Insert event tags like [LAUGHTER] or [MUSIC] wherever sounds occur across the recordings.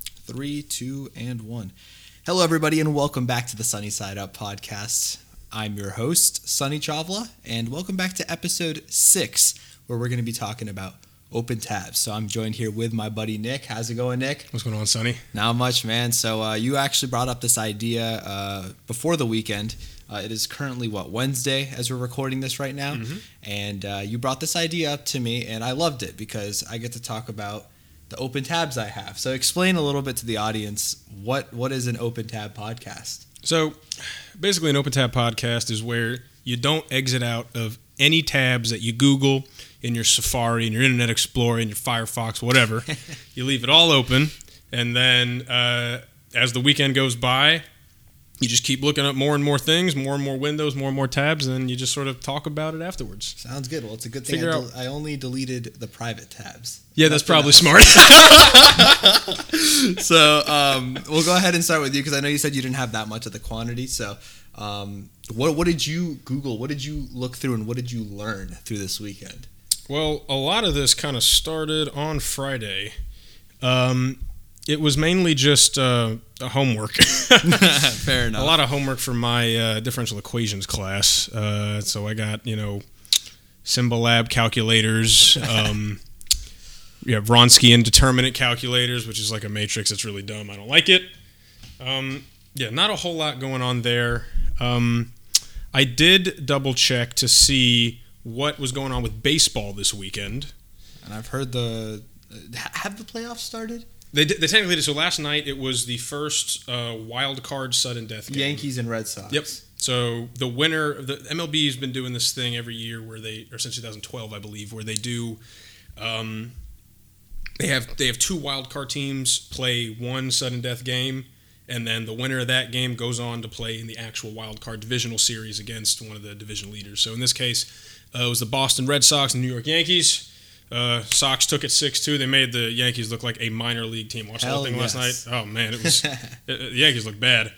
Three, two, and one. Hello, everybody, and welcome back to the Sunny Side Up podcast. I'm your host, Sunny Chavla, and welcome back to episode six, where we're going to be talking about open tabs. So I'm joined here with my buddy Nick. How's it going, Nick? What's going on, Sonny? Not much, man. So uh, you actually brought up this idea uh, before the weekend. Uh, it is currently what Wednesday as we're recording this right now, and uh, you brought this idea up to me, and I loved it because I get to talk about the open tabs I have. So explain a little bit to the audience what what is an open tab podcast. So, basically, an open tab podcast is where you don't exit out of any tabs that you Google in your Safari, in your Internet Explorer, in your Firefox, whatever. you leave it all open, and then uh, as the weekend goes by, you just keep looking up more and more things, more and more windows, more and more tabs, and then you just sort of talk about it afterwards. Sounds good. Well, it's a good thing I, Figure del- I only deleted the private tabs. Yeah, that's probably smart. so um, we'll go ahead and start with you because I know you said you didn't have that much of the quantity. So um, what what did you Google? What did you look through, and what did you learn through this weekend? Well, a lot of this kind of started on Friday. Um, it was mainly just uh, homework. [LAUGHS] Fair a lot of homework for my uh, differential equations class. Uh, so I got you know, symbol lab calculators. Um, [LAUGHS] you have Vronsky indeterminate calculators, which is like a matrix. It's really dumb. I don't like it. Um, yeah, not a whole lot going on there. Um, I did double check to see what was going on with baseball this weekend. And I've heard the Uh, ha- have the playoffs started. They, did, they technically did. So last night it was the first uh, wild card sudden death game. Yankees and Red Sox. Yep. So the winner, the MLB has been doing this thing every year where they, or since 2012, I believe, where they do, um, they have they have two wild card teams play one sudden death game, and then the winner of that game goes on to play in the actual wild card divisional series against one of the division leaders. So in this case, uh, it was the Boston Red Sox and New York Yankees. Uh, Sox took it six two. They made the Yankees look like a minor league team. Watched the Hell whole thing yes. last night. Oh man, [LAUGHS] it was uh, uh, the Yankees look bad.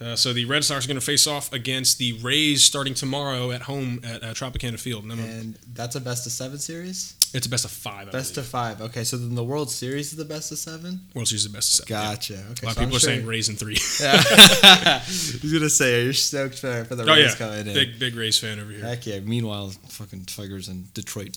Uh, so the Red Sox are going to face off against the Rays starting tomorrow at home at uh, Tropicana Field. And I'm a, [LAUGHS] And that's a best of seven series. it's a best of five. I Best of five. Okay, so then the World Series is the best of seven. of World Series is the best of seven. yeah. Gotcha. Okay, A lot so of people I'm are sure- saying Rays in three. Yeah. [LAUGHS] I was gonna say you're stoked for, for the [LAUGHS] oh Rays yeah, coming in. big big Rays fan over here. Heck yeah. Meanwhile, fucking Tigers and Detroit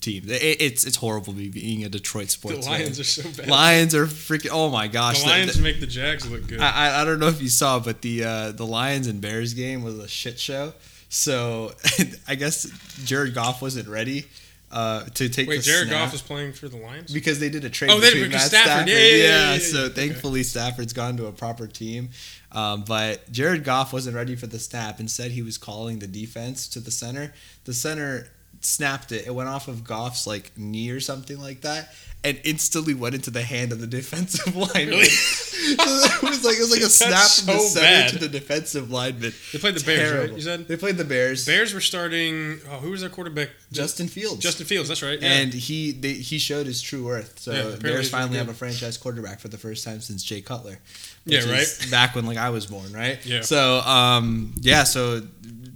team. It, it's it's horrible be- being a Detroit the sports. Lions are so bad. fan. Lions are freaking. Oh my gosh. the that- Lions that- make the Jags look good. I, I- I don't know if you saw, but the uh, the Lions and Bears game was a shit show. So [LAUGHS] I guess Jared Goff wasn't ready uh, to take. Wait, the Jared snap Goff is playing for the Lions. because they did a trade Oh, they did, between Matt because Stafford. Stafford. Yeah, yeah, yeah, yeah, yeah, so yeah. Okay. thankfully Stafford's gone to a proper team. Um, but Jared Goff wasn't ready for the snap. Instead, he was calling the defense to the center. The center snapped it. It went off of Goff's like knee or something like that, and instantly went into the hand of the [LAUGHS] defensive lineman. Really? so [LAUGHS] it was like it was like a That's snap from the so center bad. to the defensive lineman. They played the Bears, right? Terrible. You said they played the Bears. Bears were starting. Oh, who was their quarterback? Justin Fields. Justin Fields. That's right. Yeah. And he they, he showed his true worth. So Yeah, apparently Bears he's finally good. have a franchise quarterback for the first time since Jay Cutler. Yeah, is Back when like I was born, right? Yeah. So um yeah, so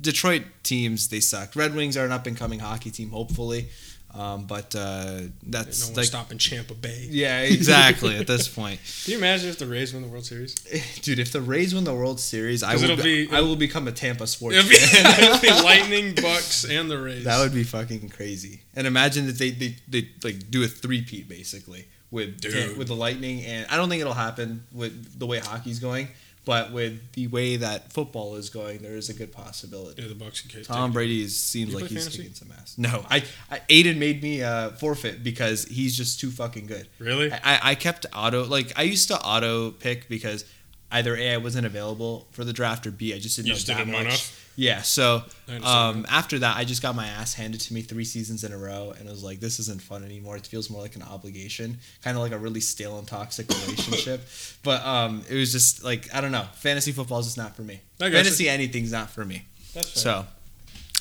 Detroit teams they suck. Red Wings are an up and coming hockey team, hopefully. Um, but uh, no that's one like stopping Champa Bay. [LAUGHS] yeah, exactly. at this point, [LAUGHS] Can you imagine if the Rays win the World Series? dude, if the Rays win the World Series, I 'Cause will it'll be, be- I will become a Tampa sports It'd be, [LAUGHS] fan. it'd be Lightning, Bucks, and the Rays. That would be fucking crazy. And imagine that they they, they like do a three peat basically with Dude. with the lightning and I don't think it'll happen with the way hockey's going, but with the way that football is going, there is a good possibility. yeah, the Bucks. could take Tom it. Brady is, seems You like play he's fantasy? kicking some ass. No, I, I Aiden made me uh, forfeit because he's just too fucking good. Really? I, I kept auto like I used to auto pick because either a I wasn't available for the draft or b I just didn't You know just that didn't much. want enough? Yeah, so I understand um, after that, I just got my ass handed to me three seasons in a row, and I was like, "This isn't fun anymore. It feels more like an obligation, kind of like a really stale and toxic [LAUGHS] relationship." but um, it was just like I don't know, fantasy football is just not for me. I gotcha. Fantasy anything's not for me. That's fair. So,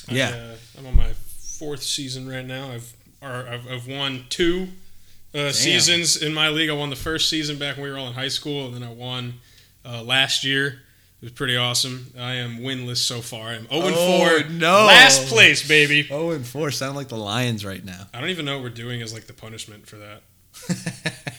I, yeah, uh, I'm on my fourth season right now. I've or I've, I've won two uh, seasons in my league. I won the first season back when we were all in high school, and then I won uh, last year. It was pretty awesome. I am winless so far. I'm 0 Oh, 4. no. Last place, baby. oh and [LAUGHS] four sound like the Lions right now. I don't even know what we're doing as like the punishment for that.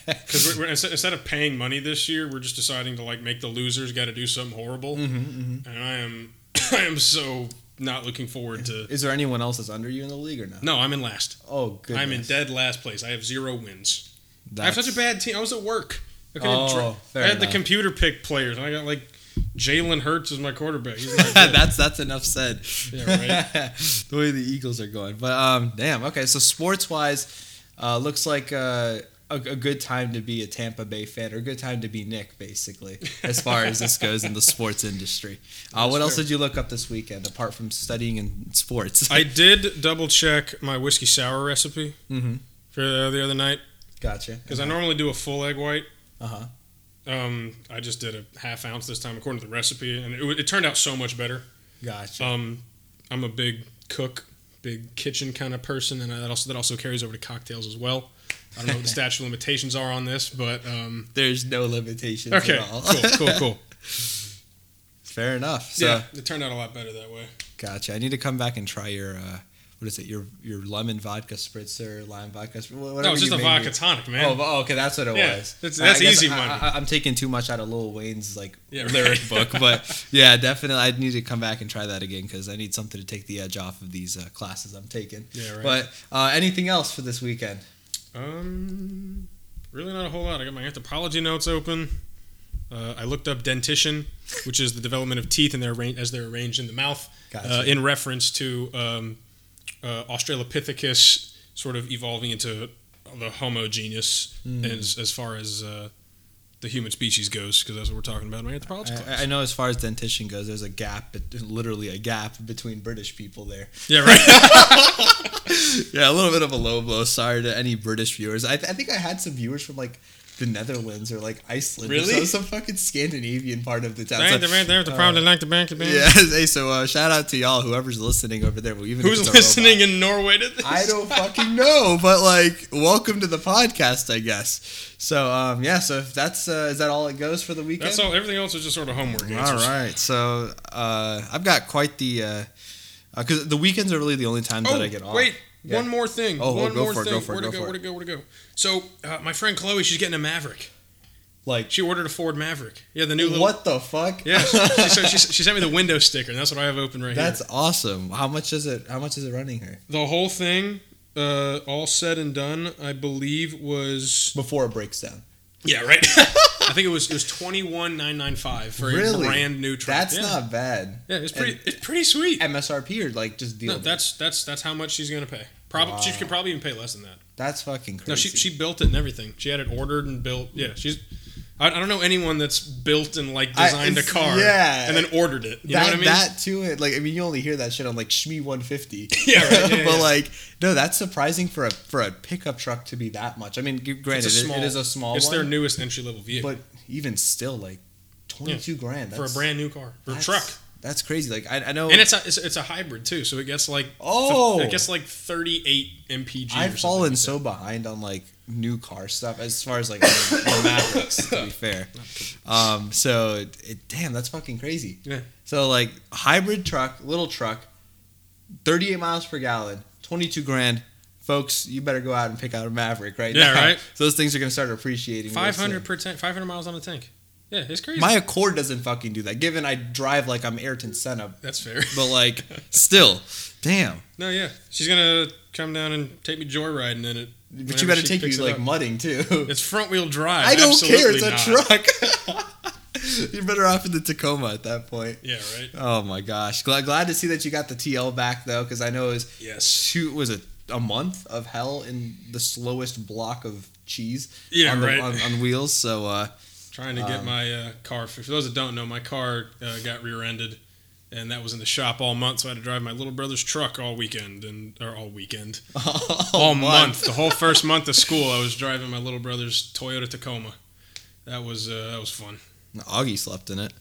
Because we're, we're, instead instead of paying money this year, we're just deciding to like make the losers got to do something horrible, Mm. Mm-hmm, and I am [COUGHS] I am so not looking forward to. Is there anyone else that's under you in the league or not? No, I'm in last. Oh, goodness. I'm in dead last place. I have zero wins. I have That's- such a bad team. I was at work. I, couldn't Oh, dra- fair I had the enough. computer pick players, and I got like Jalen Hurts as my [LAUGHS] quarterback. He's not [LAUGHS] good. that's that's enough said. Yeah, [LAUGHS] the way the Eagles are going, but um, damn. Okay, so sports wise, uh, looks like uh, a, a good time to be a Tampa Bay fan or a good time to be Nick, basically, as far as this goes in the sports industry. Uh, That's what else fair. did you look up this weekend apart from studying in sports? I did double check my whiskey sour recipe [LAUGHS] mm-hmm. for the the other night Gotcha. because I normally do a full egg white. Uh huh. Um, I just did a half ounce this time according to the recipe, and it, w- it turned out so much better. Gotcha. Um, I'm a big cook, big kitchen kind of person, and that also that also carries over to cocktails as well. I don't know [LAUGHS] what the statute of limitations are on this, but um, [LAUGHS] There's no limitations okay, at all. cool, cool, cool. [LAUGHS] Fair enough. So, yeah, it turned out a lot better that way. gotcha. I need to come back and try your. Uh, what is it? Your your lemon vodka spritzer, lime vodka. spritzer, whatever No, it's you just a made me. vodka tonic, man. Oh, oh, okay, that's what it Yeah, was. that's- I that's guess easy I- money. I, am taking too much out of Lil Wayne's like [LAUGHS] Yeah, right. lyric book, but yeah, definitely, I need to come back and try that again because I need something to take the edge off of these uh, classes I'm taking. Yeah, right. But uh, anything else for this weekend? Um, really not a whole lot. I got my anthropology notes open. Uh, I looked up dentition, which is the development of teeth and their arra- as they're arranged in the mouth, Gotcha. uh, in reference to um, uh, Australopithecus sort of evolving into the Homo genus Hmm. as, as far as uh, the human species goes, because that's what we're talking about in my anthropology class. I, I know as far as dentition goes, there's a gap, bet- literally a gap between British people there. yeah, [LAUGHS] right. Yeah, a little bit of a low blow. Sorry to any British viewers. I, th- I think I had some viewers from like the Netherlands or like Iceland. or Really? some- some fucking Scandinavian part of the town. So- Right, right there, the problem, like the bank, the bank. Uh, Yeah, [LAUGHS] hey, so uh, shout out to y'all, whoever's listening over there. well, Even if Who's it's a listening robot. in Norway to this? I don't fucking know, but like, welcome to the podcast, I guess. So, um, yeah, so if that's uh, is that all it goes for the weekend? That's all. Everything else is just sort of homework. All answers. right, so uh, I've got quite the because the weekends are really the only time Oh, that I get off. Wait, Yeah. one more thing. Oh, Oh, oh, one go more for it, thing. go for it, where to go go, for where it. to go, where to go. So, uh, my friend Chloe, she's getting a Maverick. Like, She ordered a Ford Maverick. Yeah, the new little. what the fuck? [LAUGHS] Yeah, she, she, so she, she sent me the window sticker, and that's what I have open right that's awesome. How much is it? How much is it running here here. The whole thing, uh, all said and done, I believe was. before it breaks down? Yeah, right. [LAUGHS] I think it was it was twenty one nine nine five for Really? a brand new truck. That's yeah. not bad. Yeah, it's pretty. it's pretty sweet. MSRP or like just deal. No, with it? that's that's that's how much she's gonna pay. Probably she Wow. could probably even pay less than that. that's fucking crazy. No, she, she built it and everything. She had it ordered and built. Yeah, she's. I, I don't know anyone that's built and like I- designed a it's- car yeah. and then ordered it. You that, know what I mean? that too, it- like I mean, you only hear that shit on like Shmi 150. [LAUGHS] [LAUGHS] Yeah, right, yeah, but yeah. like, no, that's surprising for a for a pickup truck to be that much. I mean, g- granted, it- it is a small It's one, their newest entry level vehicle but even still, like twenty two grand for a that's- brand new car for a that's- truck, That's crazy. Like I, I know. and it's a it's, it's a hybrid too. So it gets like Oh! it gets like thirty eight mpg. or I've something fallen like so behind on like new car stuff as far as like the the Mavericks. To be [LAUGHS] fair, um, so it, it- damn, that's fucking crazy. Yeah. So like hybrid truck, little truck, thirty-eight miles per gallon, twenty-two grand. Folks, you better go out and pick out a Maverick right now. Yeah, right. So [LAUGHS] those things are gonna start appreciating. real Five hundred per tank, five hundred miles on a tank. Yeah, it's soon. crazy. My Accord doesn't fucking do that. Given I drive like I'm Ayrton Senna, that's fair. [LAUGHS] but like [LAUGHS] still, damn. no, yeah, she's gonna come down and take me joyriding in it. But whenever you better she take picks you it like up. mudding too. [LAUGHS] It's front wheel [LAUGHS] drive. I don't care. It's Absolutely a not. truck. [LAUGHS] [LAUGHS] You're better off in the Tacoma at that point. Yeah, right. Oh my gosh! Glad, glad to see that you got the TL back though, because I know it was Yes. two was it a month of hell in the slowest block of cheese Yeah, on, the- right. on, on wheels. So uh, [LAUGHS] Trying to get Um, my uh, car. For those that don't know, my car uh, got rear-ended, and that was in the shop all month. So I had to drive my little brother's truck all weekend, and or all [LAUGHS] weekend, all month. The whole first month of school, I was driving my little brother's Toyota Tacoma. That was uh, that was fun. Augie slept in it,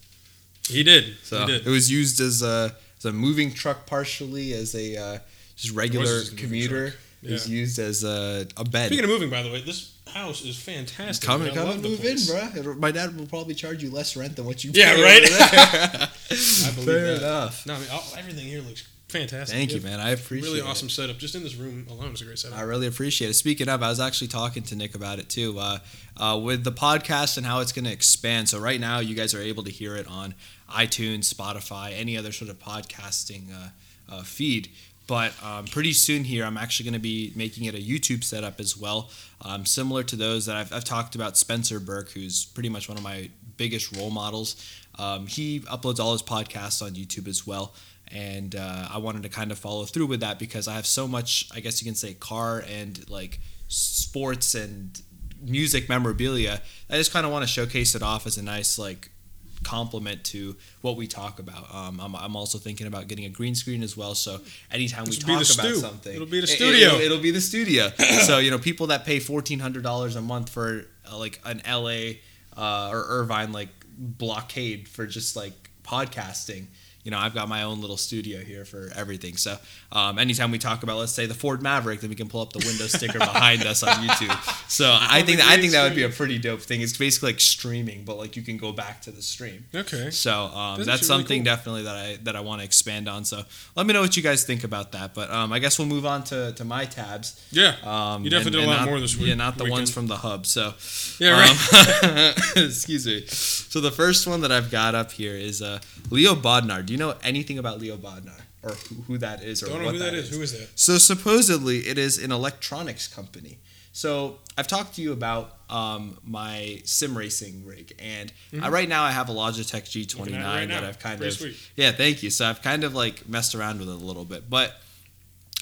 He did. so he did. it was used as a as a moving truck partially as a uh, just regular just a moving commuter. truck. It was used as a, a bed. Speaking of moving, by the way, this house is fantastic. Come I and come love and the move in, place. bro. It'll- My dad will probably charge you less rent than what you. Yeah, pay [LAUGHS] right. over there. I believe Fair that. enough. No, I mean all, everything here looks Fantastic. Thank Yeah. you, man. I appreciate Really it. awesome setup. Just in this room alone is a great setup. I really appreciate it. Speaking of, I was actually talking to Nick about it too, uh, uh, with the podcast and how it's going to expand. So right now, you guys are able to hear it on iTunes, Spotify, any other sort of podcasting uh, uh, feed. But um, pretty soon here, I'm actually going to be making it a YouTube setup as well, um, similar to those that I've, I've talked about. Spencer Burke, who's pretty much one of my biggest role models, um, he uploads all his podcasts on YouTube as well and uh, I wanted to kind of follow through with that because I have so much, I guess you can say, car and like sports and music memorabilia. I just kind of want to showcase it off as a nice like complement to what we talk about. Um, I'm, I'm also thinking about getting a green screen as well. So anytime we This talk will be about the stew. something, It'll be the it- it- [LAUGHS] studio. it'll- it'll be the studio. so you know, people that pay fourteen hundred dollars a month for uh, like an LA uh, or Irvine like blockade for just like podcasting. You know, I've got my own little studio here for everything. So um, anytime we talk about, let's say the Ford Maverick, then we can pull up the window sticker behind us on YouTube. So I think that, I think that would be a pretty dope thing. It's basically like streaming, but like you can go back to the stream. Okay. So um, That's that's, actually really something cool. definitely that I that I want to expand on. So let me know what you guys think about that. But um, I guess we'll move on to, to my tabs. Yeah. Um, you definitely and- did a lot and not- more this week. Yeah, not the weekend. ones from the hub. So Yeah, right. um, [LAUGHS] excuse me. So the first one that I've got up here is uh, Leo Bodnar. Do you know anything about Leo Bodnar or who, who that is or Don't know what who that is. is? Who is that? So supposedly it is an electronics company. So I've talked to you about um, my sim racing rig, and Mm-hmm. I, right now I have a Logitech G29 Looking at it right that now. I've kind Pretty of sweet. yeah, thank you. So I've kind of like messed around with it a little bit, but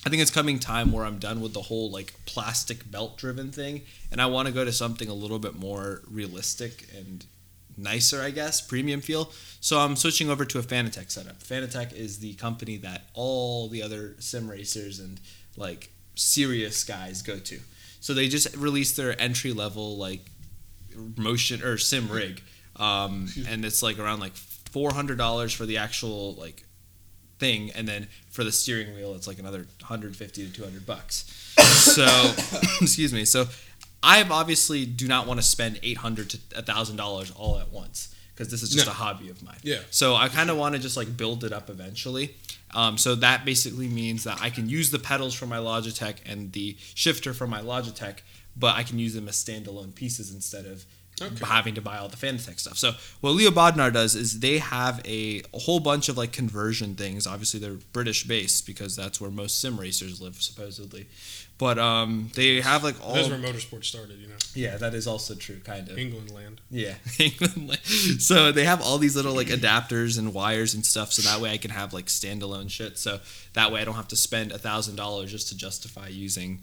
I think it's coming time where I'm done with the whole like plastic belt driven thing, and I want to go to something a little bit more realistic and nicer, I guess, premium feel. So I'm switching over to a Fanatec setup. Fanatec is the company that all the other sim racers and like serious guys go to. So they just released their entry level like motion or sim rig, um, and it's like around like four hundred dollars for the actual like thing, and then for the steering wheel, it's like another hundred fifty to two hundred bucks. So, [COUGHS] excuse me. So, I obviously do not want to spend eight hundred to thousand dollars all at once because this is just No. a hobby of mine. Yeah. So I kind of want to just like build it up eventually. Um, so that basically means that I can use the pedals from my Logitech and the shifter from my Logitech, but I can use them as standalone pieces instead of Okay. having to buy all the Fanatec stuff. So what Leo Bodnar does is they have a, a whole bunch of like conversion things. Obviously, they're British based because that's where most sim racers live, supposedly. But um, they have like all That's where motorsports started, you know. yeah, that is also true, kind of. England land. [LAUGHS] Yeah. so they have all these little like adapters and wires and stuff, so that way I can have like standalone shit. So that way I don't have to spend a thousand dollars just to justify using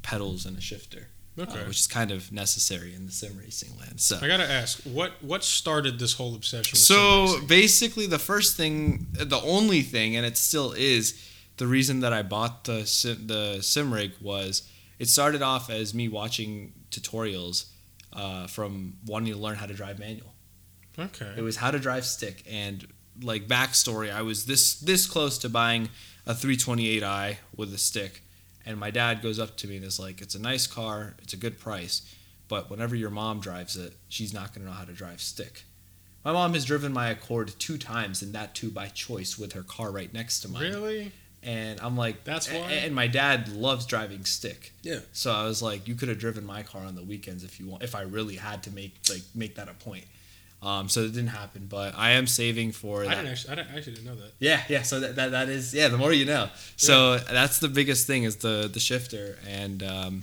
pedals and a shifter, uh, Okay. which is kind of necessary in the sim racing land. So. I gotta ask, what what started this whole obsession? With sim So racing? basically, the first thing, uh, the only thing, and it still is, the reason that I bought the sim, the sim rig was it started off as me watching tutorials uh, from wanting to learn how to drive manual. It okay, was how to drive stick and like backstory. I was this this close to buying a 328i with a stick, and my dad goes up to me and is like, "It's a nice car. It's a good price, but whenever your mom drives it, she's not going to know how to drive stick." My mom has driven my Accord two times, and that too by choice with her car right next to mine. really? And I'm like, That's a- why? And my dad loves driving stick. Yeah. So I was like, you could have driven my car on the weekends if you want, if I really had to make like make that a point. Um, so it didn't happen, but I am saving for I that. didn't actually, I didn't, I actually didn't know that. Yeah, yeah. So that, that, that is yeah. The more you know. So that's the biggest thing is the the shifter, and um,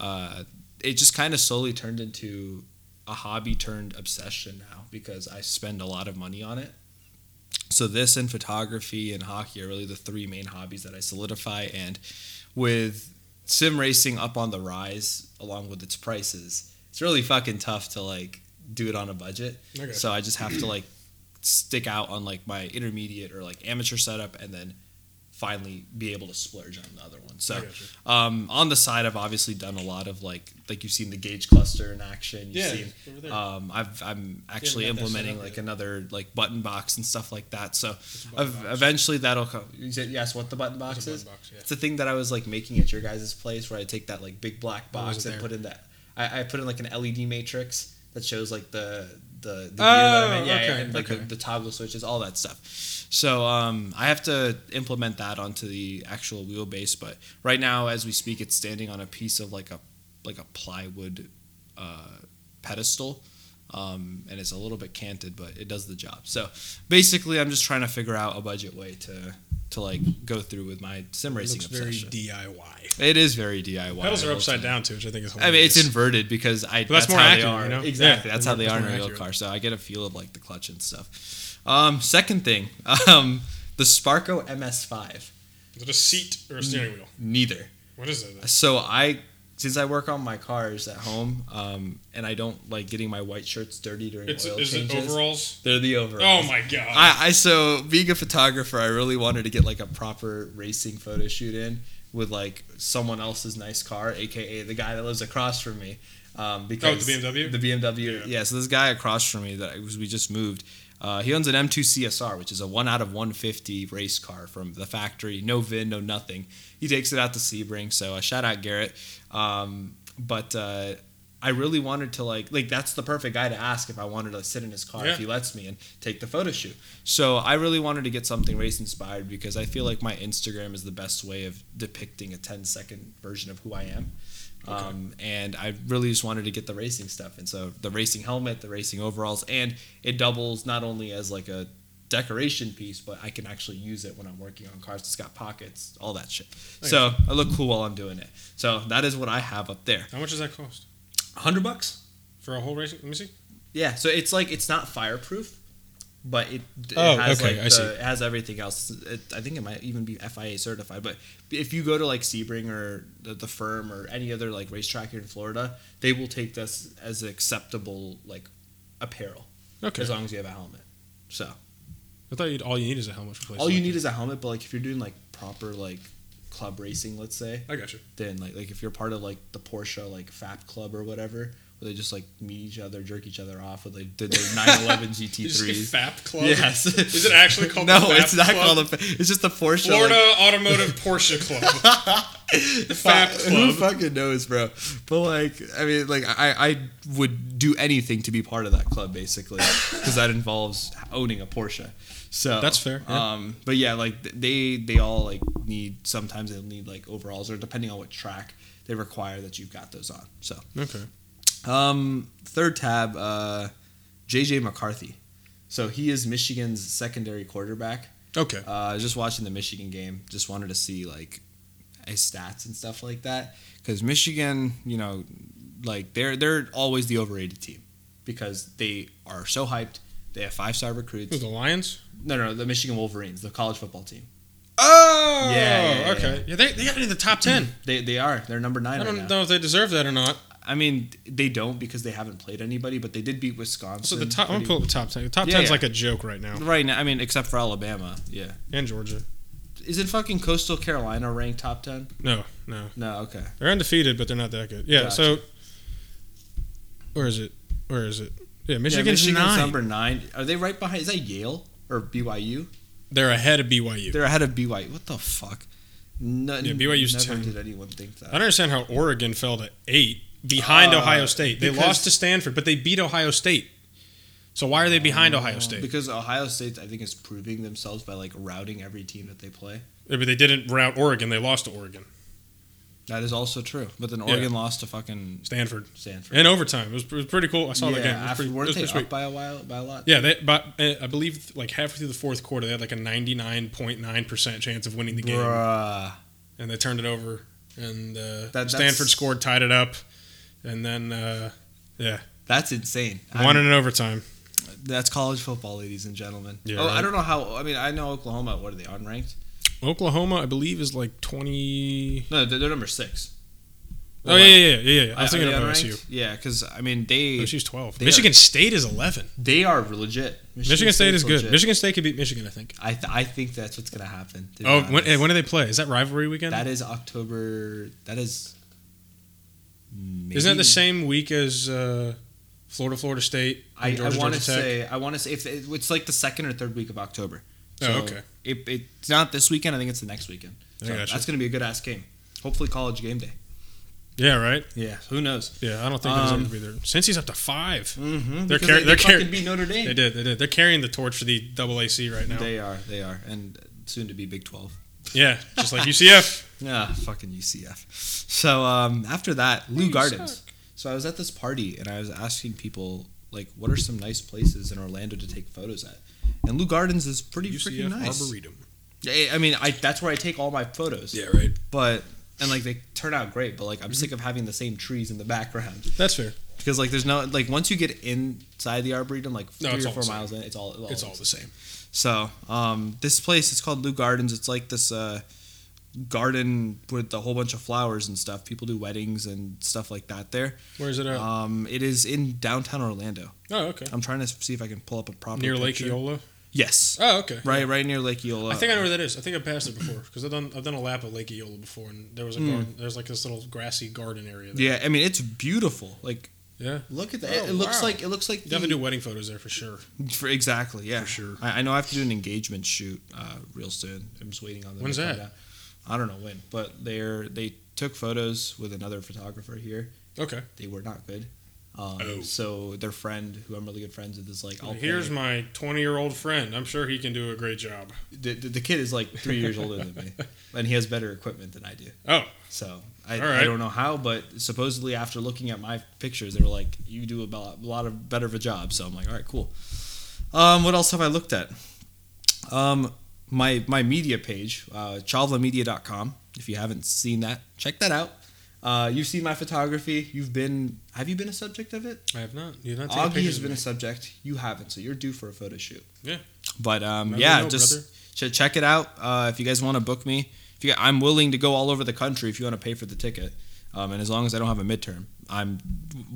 uh, it just kind of slowly turned into a hobby turned obsession now because I spend a lot of money on it. So this and photography and hockey are really the three main hobbies that I solidify, and with sim racing up on the rise along with its prices, it's really fucking tough to like do it on a budget. Okay. So I just have to like stick out on like my intermediate or like amateur setup and then finally be able to splurge on the other one. So I gotcha. um, on the side, I've obviously done a lot of like like you've seen the gauge cluster in action. You've Yeah, seen it's over there. um, I've I'm actually got that set implementing up like yet. another like button box and stuff like that. So a button ev- box. eventually that'll come. You said yes. What the button box button is? box, yeah. It's the thing that I was like making at your guys' place where I take that like big black Oh, was box it and there? put in that. I, I put in like an LED E matrix. that shows like the the, the Oh, year that I'm in. yeah, okay, and like okay. the, the toggle switches, all that stuff. So um, I have to implement that onto the actual wheelbase, but right now as we speak, it's standing on a piece of like a like a plywood uh, pedestal. Um, and it's a little bit canted, but it does the job. So basically, I'm just trying to figure out a budget way to to like go through with my sim racing looks very obsession. DIY. it is very DIY. Pedals are I'll upside say. down too, which I think is. I mean, it's hilarious. inverted because I. that's more how accurate, They are. you know? Exactly. that's Yeah, it's how more- they it's are in a more real accurate. car. So I get a feel of like the clutch and stuff. Um, second thing, [LAUGHS] um, the Sparco MS5. Is it a seat Mm. or a steering wheel? Neither. What is it? So I, since I work on my cars at home, um, and I don't like getting my white shirts dirty during It's oil is it changes. overalls? They're the overalls. Oh my god! I, I so being a photographer, I really wanted to get like a proper racing photo shoot in with like someone else's nice car, aka the guy that lives across from me. Oh, Um, because BMW? The BMW. Yeah. Yeah. So this guy across from me that I was, we just moved. Uh, he owns an M2 CSR, which is a one out of 150 race car from the factory. No VIN, no nothing. He takes it out to Sebring. So uh, shout out Garrett. Um, but uh, I really wanted to like like that's the perfect guy to ask if I wanted to sit in his car Yeah. if he lets me and take the photo shoot. So I really wanted to get something race inspired because I feel like my Instagram is the best way of depicting a 10 second version of who I am. Um, and I really just wanted to get the racing stuff. And so the racing helmet, the racing overalls, and it doubles not only as like a decoration piece, but I can actually use it when I'm working on cars. It's got pockets, all that shit. So I look cool while I'm doing it. So that is what I have up there. How much does that cost 100 bucks? for a whole racing? Let me see. Yeah, so it's like it's not fireproof, but it, it Oh, has okay, like I the, see. it has everything else. It, I think it might even be FIA certified. But if you go to like Sebring or the, the firm or any other like racetrack here in Florida, they will take this as acceptable like apparel Okay. as long as you have a helmet. So I thought you'd, all you need is a helmet replacement. all you need is a helmet. But like if you're doing like proper like club racing, let's say, I got you. then like like if you're part of like the Porsche like FAP club or whatever. Where they just like meet each other, jerk each other off with like the [LAUGHS] 911 Did you GT3s. just say FAP Club? E Yes. Is it actually [LAUGHS] called No, the FAP it's not Club? called a. It's just the Porsche. Florida like, Automotive Porsche Club. [LAUGHS] The fa- FAP Who Club. fucking knows, bro? But like, I mean, like, I I would do anything to be part of that club, basically, because that involves owning a Porsche. So That's fair, yeah. Um, but yeah, like th- they they all like need sometimes they'll need like overalls or depending on what track they require that you've got those on. So Okay. Um, third tab, uh, JJ McCarthy. So he is Michigan's secondary quarterback. Okay. Uh, I was just watching the Michigan game. Just wanted to see like his stats and stuff like that. Because Michigan, you know, like they're they're always the overrated team because they are so hyped. They have five star recruits. Who's the Lions? No, no, the Michigan Wolverines, the college football team. Oh. Yeah, yeah, yeah, okay. Yeah, they, they got into the top ten. They they are. They're number nine I right don't now. know if they deserve that or not. I mean, they don't because they haven't played anybody, but they did beat Wisconsin. So the top. I'm gonna pretty- pull up the top ten. The top Yeah, ten's yeah. like a joke right now. right now. I mean, except for Alabama. Yeah. And Georgia. Is it fucking Coastal Carolina ranked top ten? No, no. No. Okay. They're undefeated, but they're not that good. Yeah. Gotcha. So. Where is it? Where is it? Yeah, Yeah, Michigan's nine. number nine. Are they right behind? Is that Yale or BYU? They're ahead of BYU. They're ahead of BYU. What the fuck? No, Yeah, BYU's never 10. did anyone think I that. don't understand how Oregon fell to eight behind Uh, Ohio State. They because- lost to Stanford, but they beat Ohio State. So why are they behind Ohio State? Because Ohio State, I think, is proving themselves by like routing every team that they play. Yeah, But they didn't route Oregon. They lost to Oregon, That is also true. But then Yeah. Oregon lost to fucking Stanford, Stanford. in overtime. It was, it was pretty cool. I saw yeah, that game. It was after, pretty, it weren't was they pretty sweet. up by a while, by a lot? Yeah, they, but uh, I believe like halfway through the fourth quarter, they had like a ninety nine point nine percent chance of winning the game, Bruh. and they turned it over, and uh, that's- Stanford scored, tied it up, and then uh, yeah, That's insane. I'm- won it in overtime. That's college football, ladies and gentlemen. Yeah, oh, right. I don't know how. I mean, I know Oklahoma. What are they unranked? Oklahoma, I believe, is like twenty. No, they're, they're number six. Oh yeah, yeah, yeah, yeah. yeah. I was Are thinking they of unranked? OSU. Yeah, because I mean they OSU's 12. They Michigan State is 11. they are legit. Michigan, State State's is good. legit. Michigan State could beat Michigan, I think. I, th- I think that's what's gonna happen. to be Oh, when, honest. eh, when do they play? Is that rivalry weekend? that is October. That is. Maybe, Isn't that the same week as uh, Florida, Florida State? I, and I Georgia, want to Georgia say Tech? I want to say if it- it's like the second or third week of October. Oh, okay. It, it's not this weekend. I think it's the next weekend. I So gotcha. that's gonna be a good ass game. Hopefully, college game day. Yeah, right. Yeah, who knows? Yeah, I don't think there's Um, ever be there. Since he's up to five, Mm-hmm. They're car- they, they're they car- fucking beat Notre Dame. they did. They did. They're carrying the torch for the AAC right now. They are. They are, and soon to be Big Twelve. yeah, just like UCF. [LAUGHS] Yeah, Ah, fucking UCF. So um, after that, Lou You Gardens. So I was at this party and I was asking people like, what are some nice places in Orlando to take photos at? And Lou Gardens is pretty freaking UCF nice. Arboretum. Yeah, I mean, I that's where I take all my photos. Yeah, right. But and like they turn out great, but like I'm sick of having the same trees in the background That's fair. because like there's no like once you get inside the arboretum, like No, three it's or all four the same. miles in, it's all, all It's all the same. so um, this place it's called Lou Gardens. It's like this uh, garden with a whole bunch of flowers and stuff. People do weddings and stuff like that there. Where is it at? Um, it is in downtown Orlando. oh, okay. I'm trying to see if I can pull up a proper Near Lake picture. Eola. Yes, Oh, okay. right, uh, right near Lake Eola. I think I know where that is. I think I passed it before because I've done I've done a lap at Lake Eola before, and there Hmm. was a garden, there's like this little grassy garden area. There. Yeah, I mean it's beautiful. Like Yeah. look at that. Oh, it, it looks wow. like it looks like You have to the- do wedding photos there for sure. for, exactly. Yeah, For sure. I, I know I have to do an engagement shoot uh, real soon. I'm just waiting on them. to When's come that? down. I don't know when, but they're they took photos with another photographer here. Okay. they were not good. Um, Oh. So their friend, who I'm really good friends with, is like, I'll Here's pay. my 20 year old friend. I'm sure he can do a great job. The, the the kid is like three years older than [LAUGHS] me, and he has better equipment than I do. Oh, So I, All right. I don't know how, but supposedly after looking at my pictures, they were like, you do a lot, lot of better of a job. So I'm like, all right, cool. Um, what else have I looked at? Um, my my media page, uh, chavlamedia.com. If you haven't seen that, check that out. Uh, you've seen my photography. You've been. Have you been a subject of it? I have not. You've not taken Augie pictures has of been me. a subject. You haven't, so you're due for a photo shoot. Yeah. But um, Never yeah, know, brother. just ch- check it out. Uh, if you guys want to book me, if you, I'm willing to go all over the country if you want to pay for the ticket. Um, and as long as I don't have a midterm, I'm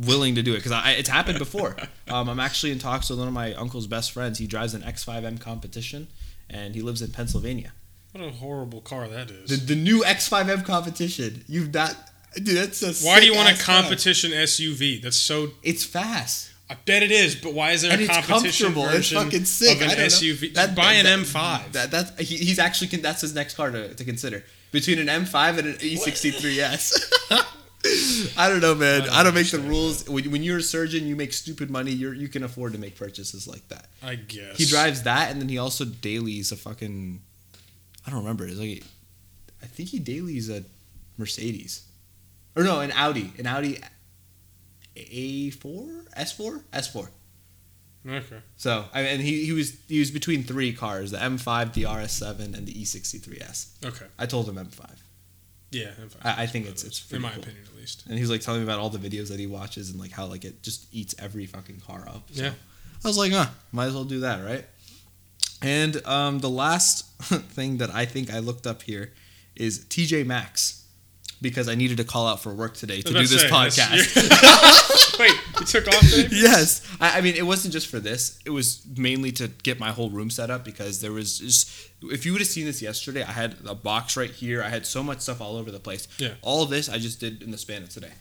willing to do it because I, it's happened [LAUGHS] before. um, I'm actually in talks with one of my uncle's best friends. He drives an X5M competition, and he lives in Pennsylvania. What a horrible car that The, is. the new X5M competition. You've not, dude. That's a Why do you sick want a ass car. competition SUV? That's so. It's fast. I bet it is, but why is there and a it's competition comfortable. version It's fucking sick. of an I don't SUV? Know. Just buy an M5. That, that he, he's actually con- that's his next car to, to consider between an M5 and an E63s. [LAUGHS] I don't know, man. I don't don't, make the rules. When, when you're a surgeon, you make stupid money. You you can afford to make purchases like that. I guess He drives that, and then he also dailies a fucking. I don't remember. It's like, I think he dailies a Mercedes, or no, an Audi, an Audi A4, S4, S4. Okay. So I mean, he, he was he was between three cars: the M5, the RS7, and the E63s. Okay. I told him M5, Yeah. I'm fine. I- I think it's- it's in pretty my cool. opinion at least. and he was like telling me about all the videos that he watches and like how like it just eats every fucking car up. So Yeah. I was like, huh, might as well do that, right? And um, the last [LAUGHS] thing that I think I looked up here is TJ Maxx because I needed to call out for work today to do I was this about to say, podcast. that's- Wait, you took off today? [LAUGHS] yes I, I mean it wasn't just for this it was mainly to get my whole room set up because there was just if you would have seen this yesterday i had a box right here i had so much stuff all over the place Yeah. all this i just did in the span of today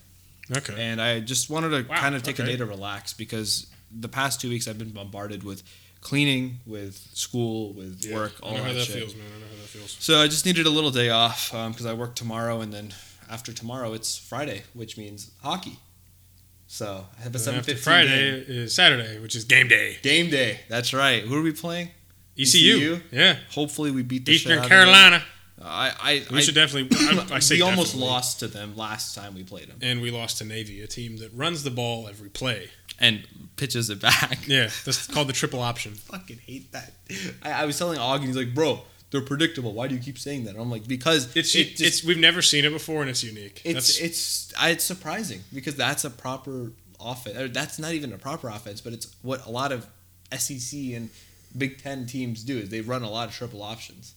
Okay. and i just wanted to Wow, kind of take okay. a day to relax because the past two weeks i've been bombarded with cleaning with school with Yeah, work all I know how that shit feels, man. I know how that feels. so I just needed a little day off because I work tomorrow, and then after tomorrow it's Friday, which means hockey. So I have a And then seven after fifteen Friday is Saturday, which is game day. game. game day. That's right. Who are we playing? ECU. ECU? Yeah. Hopefully we beat the shit Eastern out of Carolina. them. I I, We I, should definitely. [LAUGHS] I, I [COUGHS] say we almost definitely. lost to them last time we played them, And we lost to Navy, a team that runs the ball every play. and pitches it back. [LAUGHS] Yeah, that's called the triple option. fucking hate that. I, I was telling Augie, he's like, bro, they're predictable. Why do you keep saying that? And I'm like, because It's it just- it's we've never seen it before, and it's unique. It's that's, it's I, it's surprising because that's a proper offense. Or that's not even a proper offense, but it's what a lot of SEC and Big Ten teams do is they run a lot of triple options,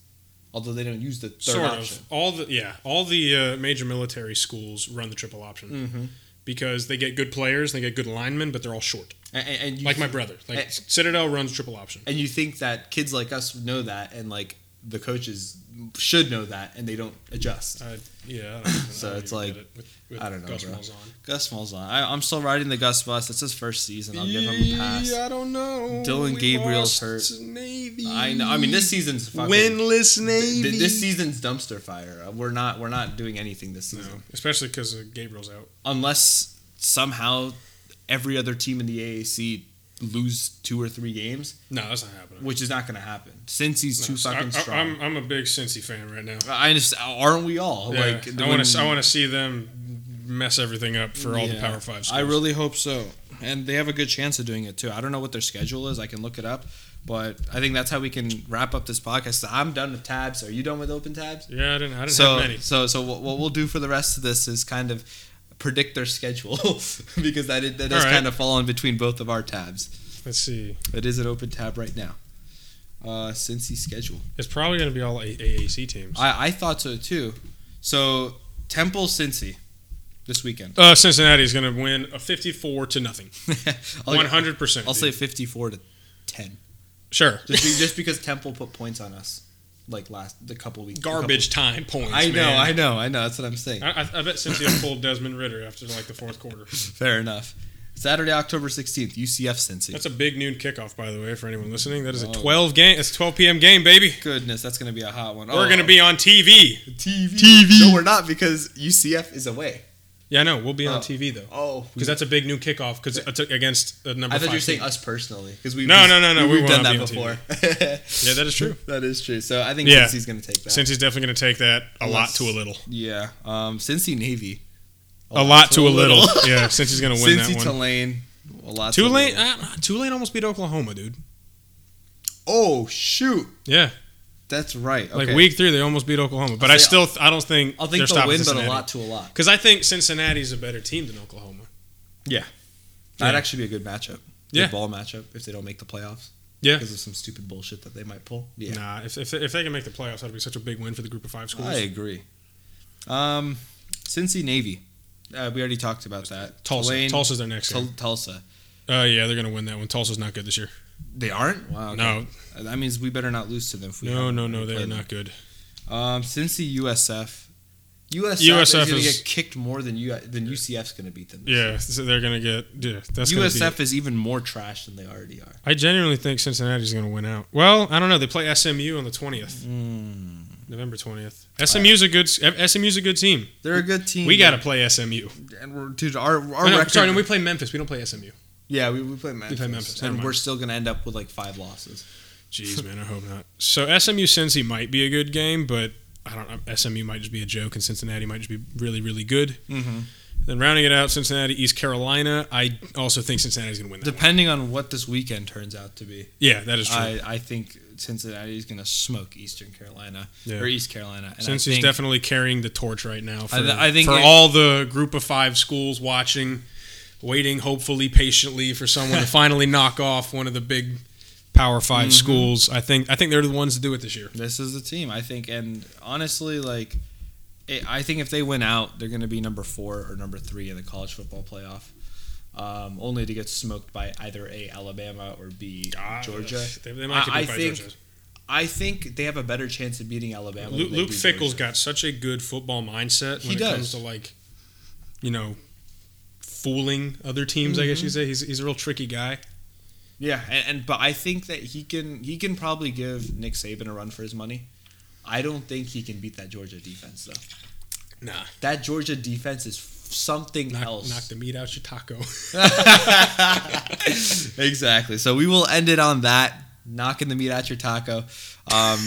although they don't use the third sort option. of all the yeah all the uh, major military schools run the triple option Mm-hmm. because they get good players, and they get good linemen, but they're all short. And, and, and you Like my brother, like Eh. Citadel runs triple option. and you think that kids like us know that and like the coaches should know that and they don't adjust. I, yeah. [COUGHS] I don't even So know how it's you like- did it with, with I don't know, Gus bro. Malzahn. Gus Malzahn. I, I'm still riding the Gus bus. It's his first season. I'll give him a pass. Yeah, I don't know. Dylan We Gabriel's lost hurt. to Navy. I know. I mean, this season's fucking. winless Navy. th- this season's dumpster fire. Uh, We're not. We're not doing anything this season no, especially because Gabriel's out. unless somehow every other team in the AAC lose two or three games, No, that's not happening. which is not going to happen. Since he's No, too so I- fucking I, strong. I'm, I'm a big Cincy fan right now. I understand. Aren't we all? Yeah, Like, I want to. I want to see them mess everything up for all the Yeah. Power Five. Schools. I really hope so, and they have a good chance of doing it too. I don't know what their schedule is. I can look it up, but I think that's how we can wrap up this podcast. I'm done with tabs. Are you done with open tabs? Yeah, I didn't. I didn't so, have many. so, so what, what we'll do for the rest of this is kind of predict their schedule [LAUGHS] because that that does All right. kind of fall in between both of our tabs. Let's see. It is an open tab right now. Uh, Cincy schedule. It's probably going to be all A- AAC teams. I, I thought so too. So Temple Cincy this weekend. [LAUGHS] uh, Cincinnati is going to win a 54 to nothing. I'll- 100. percent I'll say 54 to 10. sure. Just, be, just because Temple put points on us like last the couple weeks. the couple- Garbage time points. I know, man. I know, I know. That's what I'm saying. I, I, I bet Cincy will pull Desmond Ritter after like the fourth quarter. Fair enough. Saturday, October 16th, UCF Cincy. That's a big noon kickoff, by the way, for anyone listening. That is a Oh. 12 game. It's a 12 p.m. game, baby. Goodness, that's going to be a hot one. We're Oh, going to be on TV. TV. TV. No, we're not because UCF is away. Yeah, I know. We'll be on Oh. TV though, Oh, because that's a big new kickoff because it's against the number. I thought five you were saying team. us personally because we No, no, no, no, we we've will done not that be before. on Yeah, [LAUGHS] that is true. that is true. So I think Yeah. Cincy's going to take that. Since he's definitely going to take that a Unless- lot to a little, yeah, um, Cincy Navy. a, lot to a little. yeah, since he's going to win Cincy that one. Tulane. A lot to a Tulane, little. uh, Tulane almost beat Oklahoma, dude. Oh shoot, Yeah, that's right. Okay. like week three, they almost beat Oklahoma, but I say- still, I don't think I'll think they'll they're stopping win, but Cincinnati. a lot to a lot. Because I think Cincinnati's a better team than Oklahoma. That'd Yeah. actually be a good matchup. Yeah. Good ball matchup if they don't make the playoffs. Yeah. Because of some stupid bullshit that they might pull. Yeah. Nah, if, if, if they can make the playoffs, that'd be such a big win for the group of five schools. I agree. Um, Cincy Navy. Uh, we already talked about that. Tulsa, Tulane- Tulsa's their next. Tul- game. Tulsa. Uh, yeah, they're gonna win that one. Tulsa's not good this year. They aren't. Wow. okay. No, Uh, That means we better not lose to them. If we no, haven't no, no, already they're played them. not good. Um, Cincy USF. USF, USF is going to is- get kicked more than U than UCF's going to beat them. this Yeah, so they're gonna get. Yeah, that's year. gonna be- USF is even more trash than they already are. I genuinely think Cincinnati's going to win out. Well, I don't know. They play SMU on the twentieth, Hmm. November twentieth. SMU's a good. SMU's a good team. They're a good team. We got to play SMU. and we're dude our Hmm. our Oh, no, record. sorry, no, we play Memphis. We don't play SMU. yeah, we, we play Memphis, Memphis, never and mind. we're still going to end up with like five losses. Jeez, man, I hope not. So SMU Cincy might be a good game, but I don't. know. SMU might just be a joke, and Cincinnati might just be really, really good. Mm-hmm. Then rounding it out, Cincinnati East Carolina. I also think Cincinnati's going to win that. one. Depending on what this weekend turns out to be, Yeah, that is true. I, I think Cincinnati is going to smoke Eastern Carolina Yeah. or East Carolina. And Since I he's think, definitely carrying the torch right now for, I th- I think for it- all the group of five schools watching, waiting hopefully patiently for someone [LAUGHS] to finally knock off one of the big Power Mm-hmm. 5 schools. I think I think they're the ones to do it this year. this is the team I think, and honestly, like it, I think if they win out, they're going to be number four or number three in the college football playoff. Um, only to get smoked by either a Alabama or b Ah, Georgia. They, they might get I- I beat by think Georgia. I think they have a better chance of beating Alabama. Lu- than they Luke do Fickle's Georgia. got such a good football mindset He when it does. comes to like, you know, fooling other teams. I guess Mm-hmm. you say he's he's a real tricky guy. Yeah, and, and but I think that he can he can probably give Nick Saban a run for his money. I don't think he can beat that Georgia defense though. Nah, That Georgia defense is something knock, else. knock the meat out your taco. [LAUGHS] [LAUGHS] exactly. So we will end it on that. Knocking the meat out your taco. Um, [LAUGHS]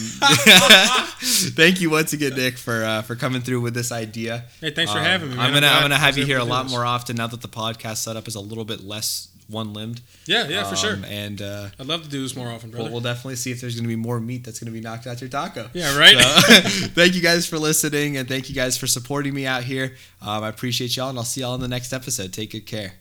thank you once again, Nick, for uh, for coming through with this idea. Hey, thanks for Um, having me. man. I'm gonna I'm glad gonna I have was you able here to a do lot this. more often now that the podcast setup is a little bit less one limbed. Yeah, yeah, for sure. And uh, I'd love to do this more often, brother. Well, we'll definitely see if there's going to be more meat that's going to be knocked out your taco. Yeah, right? [LAUGHS] So, [LAUGHS] thank you guys for listening and thank you guys for supporting me out here. Um, I appreciate y'all, and I'll see y'all in the next episode. Take good care.